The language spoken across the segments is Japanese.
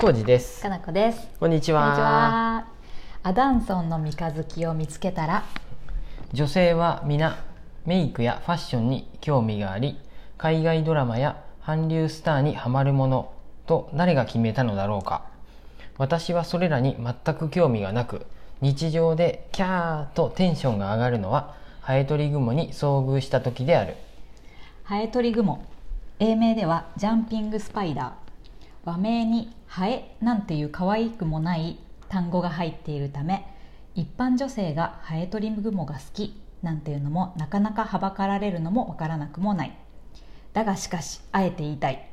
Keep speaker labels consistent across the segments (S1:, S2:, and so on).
S1: コウジです
S2: かなこです
S1: こんにち
S2: こ
S1: は
S2: んにちはアダンソンの三日月を見つけたら
S1: 女性は皆メイクやファッションに興味があり海外ドラマや韓流スターにハマるものと誰が決めたのだろうか私はそれらに全く興味がなく日常でキャーとテンションが上がるのはハエトリグモに遭遇した時である
S2: ハエトリグモ英名ではジャンピングスパイダー和名にハエなんていう可愛くもない単語が入っているため一般女性がハエトリグモが好きなんていうのもなかなかはばかられるのもわからなくもないだがしかしあえて言いたい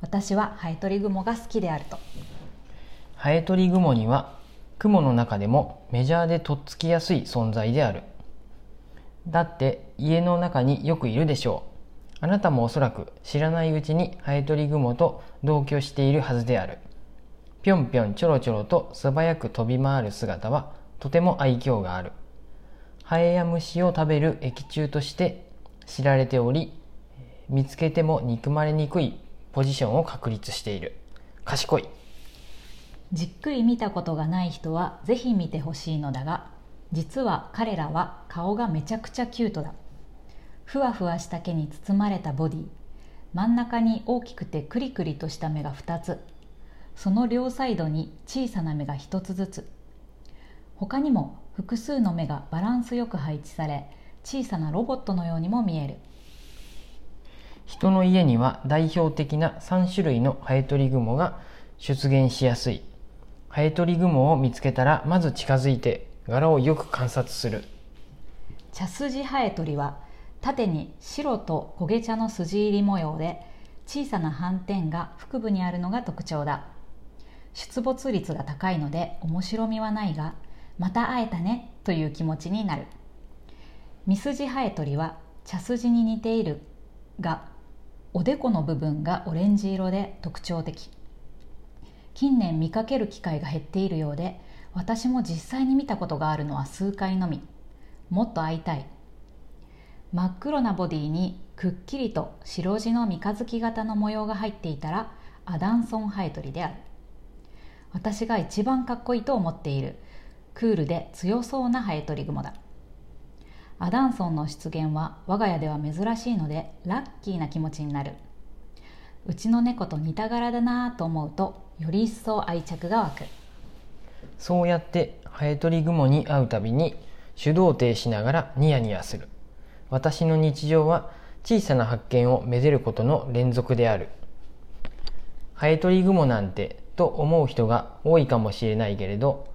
S2: 私はハエトリグモが好きであると
S1: ハエトリグモには雲の中でもメジャーでとっつきやすい存在であるだって家の中によくいるでしょうあなたもおそらく知らないうちにハエトリグモと同居しているはずであるぴょんぴょんちょろちょろと素早く飛び回る姿はとても愛嬌があるハエや虫を食べる液中として知られており見つけても憎まれにくいポジションを確立している賢い
S2: じっくり見たことがない人はぜひ見てほしいのだが実は彼らは顔がめちゃくちゃキュートだふわふわした毛に包まれたボディ真ん中に大きくてクリクリとした目が2つその両サイドに小さな目が1つずつ他にも複数の目がバランスよく配置され小さなロボットのようにも見える
S1: 人の家には代表的な3種類のハエトリグモが出現しやすいハエトリグモを見つけたらまず近づいて柄をよく観察する
S2: 茶筋ハエトリは縦に白と焦げ茶の筋入り模様で小さな斑点が腹部にあるのが特徴だ出没率が高いので面白みはないがまた会えたねという気持ちになるミスジハエトリは茶筋に似ているがおでこの部分がオレンジ色で特徴的近年見かける機会が減っているようで私も実際に見たことがあるのは数回のみもっと会いたい真っ黒なボディにくっきりと白地の三日月型の模様が入っていたらアダンソンハイトリである私が一番かっこいいと思っているクールで強そうなハエトリグモだアダンソンの出現は我が家では珍しいのでラッキーな気持ちになるうちの猫と似た柄だなぁと思うとより一層愛着が湧く
S1: そうやってハエトリグモに会うたびに手動停しながらニヤニヤする私の日常は小さな発見をめでることの連続であるハエトリグモなんてと思う人が多いかもしれないけれど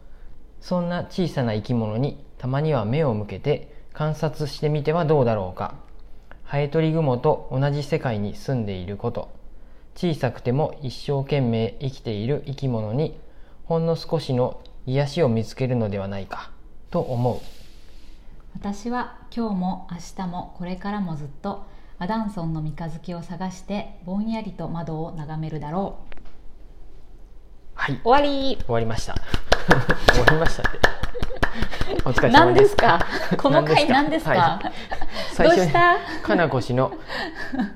S1: そんな小さな生き物にたまには目を向けて観察してみてはどうだろうかハエトリグモと同じ世界に住んでいること小さくても一生懸命生きている生き物にほんの少しの癒しを見つけるのではないかと思う
S2: 私は今日も明日もこれからもずっとアダンソンの三日月を探してぼんやりと窓を眺めるだろう
S1: はい
S2: 終わり
S1: 終わりました 終わりましたってお疲れ様
S2: 何
S1: で
S2: ですすか この回何ですか
S1: 最初
S2: どう
S1: に
S2: した
S1: かなこ氏の、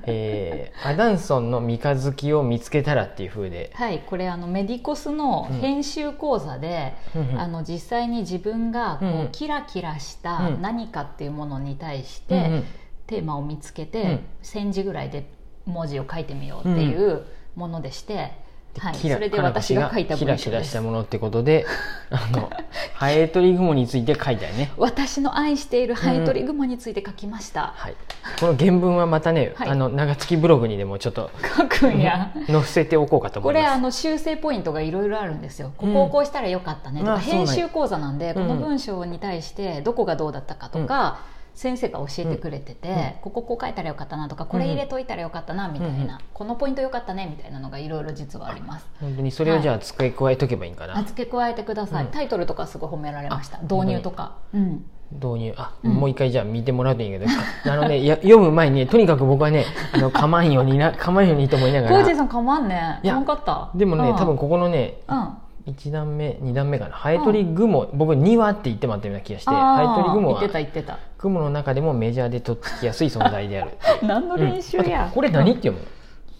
S1: えーアダンソンの三日月を見つけたら」っていう風で、
S2: はい、これあのメディコスの編集講座で、
S1: うんうん
S2: あの実際に自分がこう、
S1: うん
S2: キラキラし
S1: う
S2: た
S1: ん
S2: 何かっていうものに対し
S1: う
S2: て、
S1: んうん
S2: テーマを見つけて、
S1: うん
S2: 1000字ぐらいで文字を書いてみようっていうものでして、はい、そ
S1: キラ
S2: れで
S1: かなこ
S2: 私
S1: 氏
S2: が書いた
S1: キ
S2: 文
S1: ラキ
S2: 章
S1: ラ
S2: で
S1: し
S2: す
S1: た。ものってことであ のハエトリグモについて書いたよね、
S2: 私の愛しているハエトリグモについて書きました。
S1: はい、この原文はまたね、
S2: はい
S1: あの長月ブログにでもちょっと
S2: 書くんや。
S1: 載せておこうかと思
S2: こ
S1: いま
S2: れ
S1: す
S2: あの修正ポイントがいろいろあるんですよ。ここをこうしたらよかったねと
S1: うん
S2: か、
S1: あそうなん
S2: 編
S1: や
S2: 集講座なんで、
S1: うん
S2: この文章に対してどこがどうだったかとか、先生が教えてくれてて、
S1: うんうん
S2: こここう書いたらよかったなとか、これ入れといたらよかったなみたい
S1: うんうん
S2: な、このポイントよかったねみたいなのがいろいろ実はあります。
S1: 本当にそれをじゃあ付け加えとけばいいんかな、
S2: あ付け加えてください、
S1: うん
S2: タイトルとかすごい褒められました
S1: あ
S2: 導入とか、うん、
S1: 導入あ、
S2: うん
S1: もう一回じゃあ見てもらうといいけどあのねいや読む前に ねとにかく僕はねあの構わんようにな構わんようにと思いなが
S2: コージー
S1: ら
S2: さん構わんね
S1: いや
S2: かんかった
S1: でもね、
S2: うん、
S1: 多分ここのね
S2: うんあ
S1: 1段目2段目かなハエトリグモ、僕2話って言ってもらったような気がしてハ
S2: あ
S1: エトリグモ
S2: 言ってた
S1: は
S2: 言ってた
S1: 雲の中でもメジャーでとっ つきやすい存在である
S2: 何の練習
S1: うんあ
S2: や、
S1: とこれ何って読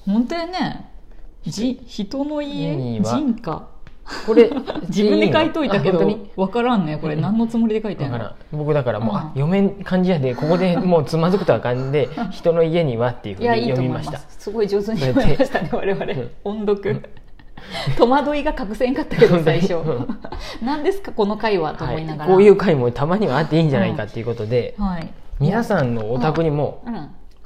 S1: む
S2: 本当やねじ人の家
S1: 家は
S2: 人家
S1: これ
S2: 自分で書いといたけ
S1: あ
S2: ど
S1: 本
S2: わからんねこれ
S1: うん
S2: 何のつもりで書い
S1: 当
S2: て
S1: に
S2: ん
S1: だか
S2: の
S1: ら僕だからもう、
S2: うん
S1: あ読めん感じやでここ でもうつまずくとあかんで人の家にはっていうふ
S2: いうや
S1: に
S2: いいと
S1: 読
S2: 思
S1: み
S2: い
S1: ました
S2: ますすごい上手に読みま したね我々、
S1: うん
S2: 音読、
S1: うん
S2: 戸惑いが隠せんかったけど最初
S1: 本当に
S2: 何ですかこの会話と
S1: は
S2: 思
S1: い
S2: いながら、
S1: こういう回もたまにはあっていいんじゃないかっていうことで、
S2: はい、
S1: 皆さんのお宅にも、
S2: うん、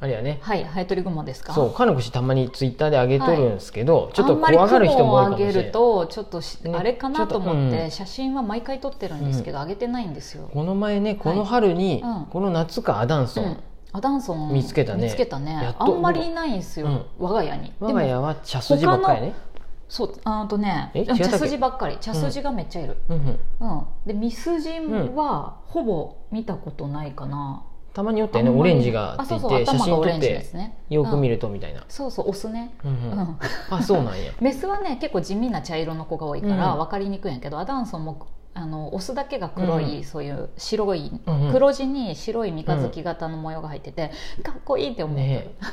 S1: あれやね
S2: はいハエトリグモですか
S1: そうかのこしたまにツイッターで上げとるんですけど、ちょっと
S2: あんまり
S1: 怖がる人
S2: 雲
S1: も
S2: を
S1: 多いかも
S2: 上
S1: しれ
S2: げ
S1: ない
S2: るとちょっとし、
S1: ね
S2: あれかなと思っ
S1: ちょっとう
S2: て
S1: ん
S2: 写真は毎回撮ってるんですけど、上げてないんですよ、
S1: この前ねこの春に、
S2: はいうん
S1: この夏かアダンソン、
S2: うんアダンソン
S1: 見つけたね
S2: 見つけたね
S1: やっと
S2: あんまりいないんですよ、
S1: うん
S2: 我が家に
S1: 我が
S2: で
S1: 家
S2: も
S1: は茶筋ばっかりね
S2: そうあーとね
S1: え違ったっけ
S2: 茶筋ばっかり茶筋がめっちゃいる、
S1: うんうん
S2: うんでミスジはほぼ見たことないかな、
S1: たまによってね
S2: あん
S1: オ
S2: まり
S1: レンジがって言って
S2: あそうそう
S1: 写
S2: 頭が
S1: 真
S2: オ
S1: 撮
S2: レ
S1: っ
S2: ンジで
S1: て
S2: すね
S1: よく見
S2: る、
S1: るとみたいな、
S2: うんそうそうオスね、
S1: うんうん
S2: うん
S1: あそうなんや
S2: メスはね結構地味な茶色の子が多いから
S1: うん
S2: 分かりにくいんやけど、アダンソンもあのオスだけが黒い、
S1: うん
S2: そういう白い、
S1: うんうん
S2: 黒地に白い三日月型の模様が入ってて、かっこいいって思う、
S1: ねえ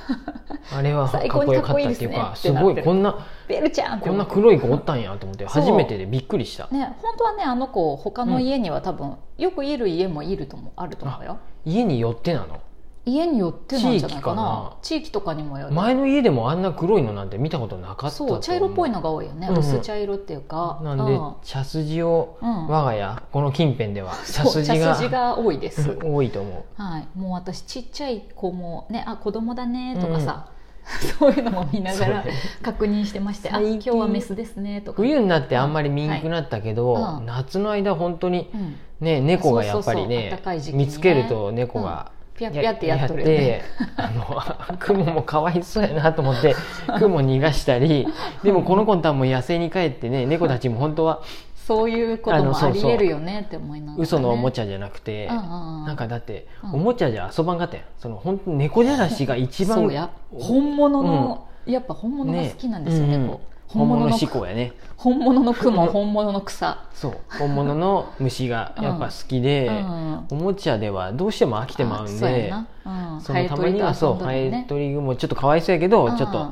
S1: あれはかっ
S2: 最高
S1: こ
S2: に
S1: よ
S2: か
S1: か
S2: っ
S1: っ
S2: こいい
S1: たって
S2: です
S1: い
S2: ね
S1: うか
S2: って
S1: す
S2: なってる
S1: ごいこんな
S2: ベルちゃんって
S1: こん
S2: 思
S1: な
S2: う
S1: 黒い子おったんやと思って
S2: そう
S1: 初めてでびっくりした
S2: ね本当はねあの子他の家には多分、よくいる家もいると思うあると思うよ
S1: 家に寄ってなの
S2: 家によってなんじゃないかな地域とかにもよる
S1: 前の家でもあんな黒いのなんて見たことなかったと
S2: そ
S1: 思
S2: う
S1: う
S2: 茶色っぽいのが多いよね、
S1: うんうん
S2: 薄茶色っていうか
S1: なんで
S2: うん
S1: 茶筋を
S2: うん
S1: 我が家この近辺では茶
S2: そう
S1: 筋が
S2: 茶筋が多いで す、
S1: 多いと思
S2: はい、もう私ちっちゃい子もねあ子供だねとかさ、 そういうのも見ながら
S1: そうね
S2: 確認してまして、あ
S1: 最近
S2: 今日はメスですねと
S1: う
S2: か
S1: 冬になってあんまり見んくなったけど、
S2: はいうん
S1: 夏の間本当に
S2: うん、
S1: ね猫がやっぱり
S2: そうそうそう
S1: ね
S2: 暖かい時期にね
S1: 見つけると猫が、
S2: ピャッピャってやっとるよ
S1: やっ
S2: ね
S1: てあの 雲もかわいそうやなと思 って雲逃がしたりでもこの子のたんも野生に帰ってね猫たちも本当は
S2: そういうこともありえるよねって思いながら、ね、
S1: 嘘のおもち
S2: ゃ
S1: ゃじゃなくて、
S2: な
S1: なんかだって、
S2: うん
S1: おもちゃじゃ遊ばんかったやんその本当に猫じゃらしが一番
S2: そうや本物の、やっぱ本物が好きなんですよね
S1: うん
S2: こう
S1: 本物の
S2: の
S1: 思考やね
S2: 本物の雲
S1: うん
S2: 本物の 草、
S1: そう本物の虫がやっぱ好きで、
S2: うん
S1: おもちゃではどうしても飽きてまうん
S2: あそうや
S1: で
S2: な、うん、
S1: そのたまにはそうハ
S2: ハエトリと遊んどる
S1: エ
S2: ね
S1: トリグモちょっとかわいそうやけど、
S2: うん
S1: ちょっと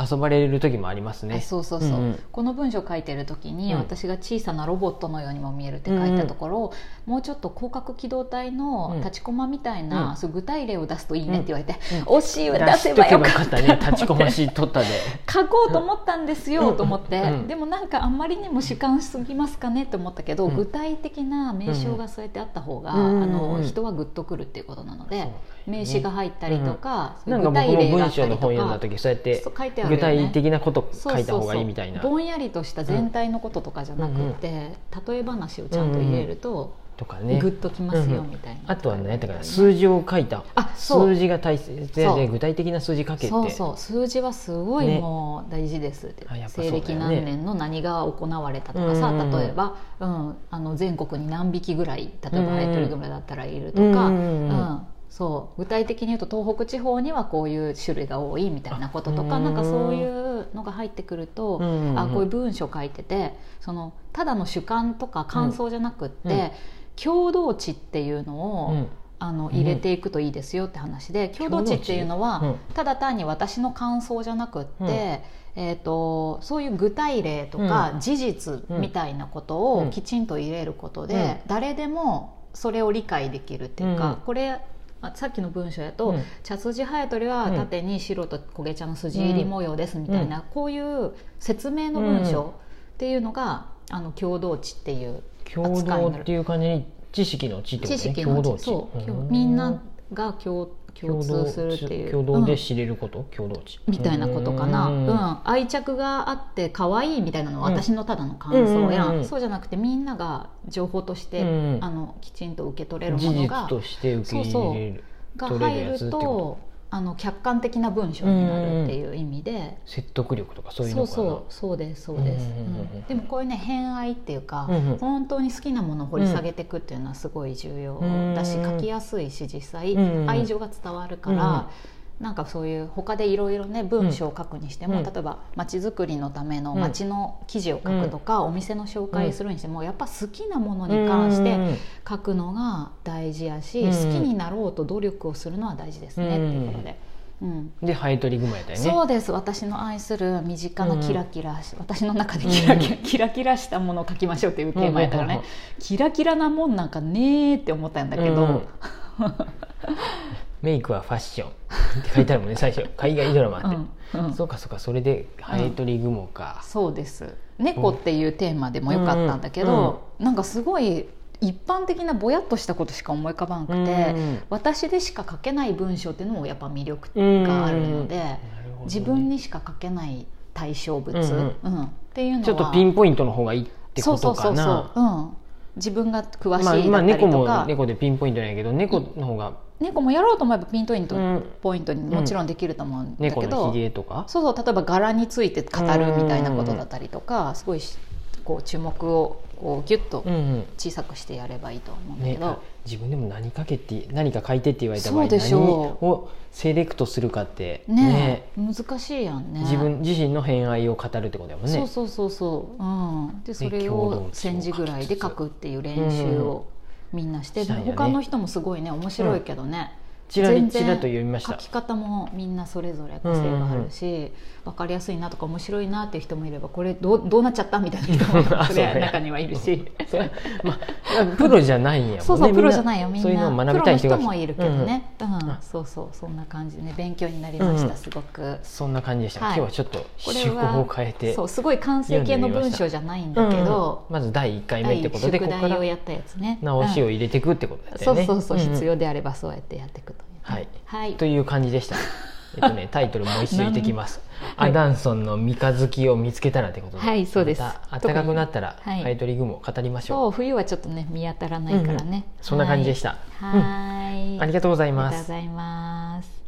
S1: 遊ばれる時もあります
S2: あ
S1: ね。
S2: そうそうそう、
S1: うんうん
S2: この文章を書いてる時に、
S1: うん
S2: 私が小さなロボットのようにも見えるって書いたところを、もうちょっと広角機動隊の
S1: うん
S2: 立ちコマみたいな、
S1: うん
S2: そういう具体例を出すといいねって言われて、
S1: うん
S2: 惜しいわ
S1: 出
S2: 出
S1: し
S2: せ
S1: と
S2: ば
S1: け
S2: よ
S1: ばよ
S2: か
S1: か
S2: っ
S1: ったたね立ちこまし取ったで
S2: 書こうと思ったんですよと思って、
S1: うん
S2: でもなんかあんまりにも主観しすぎますかねって思ったけど、
S1: うん
S2: 具体的な名称がそうやってあった方が、
S1: うん
S2: あの
S1: うん
S2: 人はグッとくるっていうことなので、
S1: そうね
S2: 名詞が入ったりとか、
S1: なん
S2: そ
S1: か
S2: ういう具
S1: 僕
S2: 体
S1: も文
S2: 例があっ
S1: 章
S2: た
S1: の本
S2: り
S1: 読んだ
S2: とか
S1: 時そうやって
S2: そう書いてある
S1: 具
S2: よね
S1: 体的なこと
S2: そ
S1: 書
S2: うそう
S1: いた
S2: そう
S1: 方がいいみたいな
S2: ぼんやりとした全体のこととかじゃなくて、例え話をちゃんと入れると、
S1: とかね
S2: グッときますよ
S1: うんうん
S2: みたいな、
S1: あとは何やったかな数字を書いた
S2: あそう
S1: 数字が大切や
S2: そ
S1: で
S2: う
S1: 具体的な数字書けって
S2: そうそう数字はすごい
S1: ね
S2: もう大事ですって、
S1: あやっぱそうだ
S2: 西
S1: よね
S2: 暦何年の何が行われたとかさ、
S1: うんうんうん
S2: 例えば、うん、あの全国に何匹ぐらい例えばハエトリグマだったらいるとか、
S1: うんうんうんうん
S2: そう具体的に言うと東北地方にはこういう種類が多いみたいなこととか、
S1: あ
S2: なんかそういうのが入ってくると、
S1: うんうんうん
S2: あこういう文章書いててそのただの主観とか感想じゃなくって、
S1: うんうん
S2: 共同値っていうのを、
S1: うん
S2: あの入れていくといいですよって話で、共同値っていうのは、
S1: 共同値
S2: ただ単に私の感想じゃなくって、
S1: うん
S2: えー、とそういう具体例とか
S1: うん
S2: 事実みたいなこと
S1: う
S2: を
S1: ん
S2: きちんと入れることで、
S1: うん
S2: 誰でもそれを理解できるっていうか、
S1: うん
S2: これあさっきの文章やと、
S1: うん
S2: 茶筋ハエトリは縦に白と焦げ茶の筋入り模様ですみたいな、こういう説明の文章っていうのが、あの共同値っていう
S1: 共
S2: 扱
S1: 同
S2: いにな
S1: っ
S2: る
S1: ていう感じに知識の知ってこと
S2: 知
S1: ね
S2: 識
S1: 共
S2: の
S1: 同知
S2: そう
S1: う
S2: みんなが共共通するっていう
S1: 共同
S2: う
S1: で
S2: ん
S1: 知れること、共同値
S2: みたいなことかな、うん愛着があって可愛いみたいなのは
S1: うん
S2: 私のただの感想や
S1: う
S2: ん、
S1: んうんうん
S2: そうじゃなくてみんなが情報として、
S1: うんうん
S2: あのきちんと受け取れる
S1: 事
S2: もの
S1: 実
S2: が
S1: として受け入れる
S2: が
S1: 取れ
S2: 入
S1: るや
S2: る
S1: つって
S2: と
S1: こ
S2: あの客観的な文章になるっていう意味で。
S1: 説得力とかそういう
S2: そ
S1: の
S2: う
S1: かな
S2: そうそうですそうです、
S1: うんうんうんうん
S2: うんでもこういうね偏愛っていうか、
S1: うんうん
S2: 本当に好きなものを掘り下げていくっていうのはすごい重要だし、
S1: うん
S2: 書きやすいし実際、
S1: うんうん
S2: 愛情が伝わるから、
S1: うんうん
S2: なんかそういう他でいろいろね文章を書くにしても、
S1: うん
S2: 例えば街づくりのための
S1: うん
S2: 街の記事を書くとか、お店の紹介するにしてもやっぱ好きなものに関し
S1: う
S2: て
S1: ん
S2: 書くのが大事やし、
S1: うん
S2: 好きになろうと努力をするのは大事ですね、っていうことで、うん
S1: でハエトリグマやったよね
S2: そうです私の愛する身近なキラキラし、私の中でキラキラ,、キラキラしたものを描きましょうっていうテーマやったからね、
S1: うんうんうん
S2: キラキラなもんなんかねーって思ったんだけど、
S1: うんメイクはファッション って書いてあるもんね最初海外ドラマって、
S2: うんうん
S1: そうかそうかそれでハエトリグモか、
S2: そうです「猫」っていうテーマでもよかったんだけど、なんかすごい一般的なぼやっとしたことしか思い浮かばなくて、
S1: うん
S2: 私でしか書けない文章っていうのもやっぱ魅力があるの
S1: う
S2: で、
S1: んなるほどね
S2: 自分にしか書けない対象物、
S1: うん
S2: うんっていうのは
S1: ちょっとピンポイントの方がいいってことかな
S2: そうそうそうそう、うん、自分が詳しい
S1: まあ、ま
S2: だ
S1: あ
S2: ったり
S1: 猫
S2: とか、
S1: も猫でピンポイントなんやけど猫の方が、
S2: 猫もやろうと思えばピンポイント,、
S1: うん
S2: ポイントにもちろんできると思うんだ
S1: 猫
S2: けど、
S1: のひげとか
S2: そうそう例えば柄について語るみたいなことだったりとかすごいしこう注目をこうギュッと
S1: うんうん
S2: 小さくしてやればいいと思うんだけ
S1: ね
S2: ど、、
S1: 自分でも何かけって何か書いてって言われた場合
S2: そうで
S1: 何
S2: しょう
S1: をセレクトするかって
S2: ねえ難しいやんね
S1: 自分自身の偏愛を語るってことだもんね
S2: そうそうそうそう、うん、でそれ
S1: 共同
S2: を
S1: を
S2: 千字ぐらいで書くっていう練習をみんなして、
S1: したんやね
S2: 他の人もすごいね面白いけどね、
S1: ちらり
S2: 全
S1: ちら
S2: 然
S1: と読みました
S2: 書き方もみんなそれぞれ個性があるし、分かりやすいなとか面白いなっていう人もいればこれどうどうなっちゃったみたいな人 も
S1: あ
S2: そ
S1: そう
S2: れ
S1: ね
S2: は中にはいるし
S1: それ まあプロじゃないんやもんね
S2: そうそうプロじゃないよみんな
S1: そういうのを学びたい人が
S2: プロの人もいるけどね、うん
S1: あ
S2: そうそうそんな感じで、ね、勉強になりました、
S1: うんうん
S2: すごく。
S1: そんな感じでした、
S2: はい
S1: 今日はちょっと
S2: これ
S1: 趣向を変えて
S2: そうすごい完成形の文章じゃないんだけど、
S1: うんまず第1回目
S2: 第
S1: って
S2: 一
S1: ことでこ
S2: 宿
S1: こか
S2: 題
S1: ら
S2: をやったやつね
S1: 直し
S2: う
S1: を
S2: ん
S1: 入れていくってことだ
S2: そ
S1: よ
S2: う
S1: ね、
S2: そうそう、
S1: んん
S2: 必要であればそうやってやっていくというね
S1: はい
S2: はい
S1: という感じでした。えっと ね、タイトルもう一度言ってきます。
S2: なん
S1: アダンソンの三日月を見つけたらってことで。
S2: はいそうです
S1: また暖かくなったら、
S2: 特にはい
S1: ハエトリグモを語りまし
S2: そ
S1: ょ
S2: う冬はちょっとね見当たらないからね、
S1: うんうんそんな感じでした
S2: はい、はーい、
S1: う。ありがとうござい
S2: ありが
S1: ま
S2: とうご
S1: す。
S2: ざいます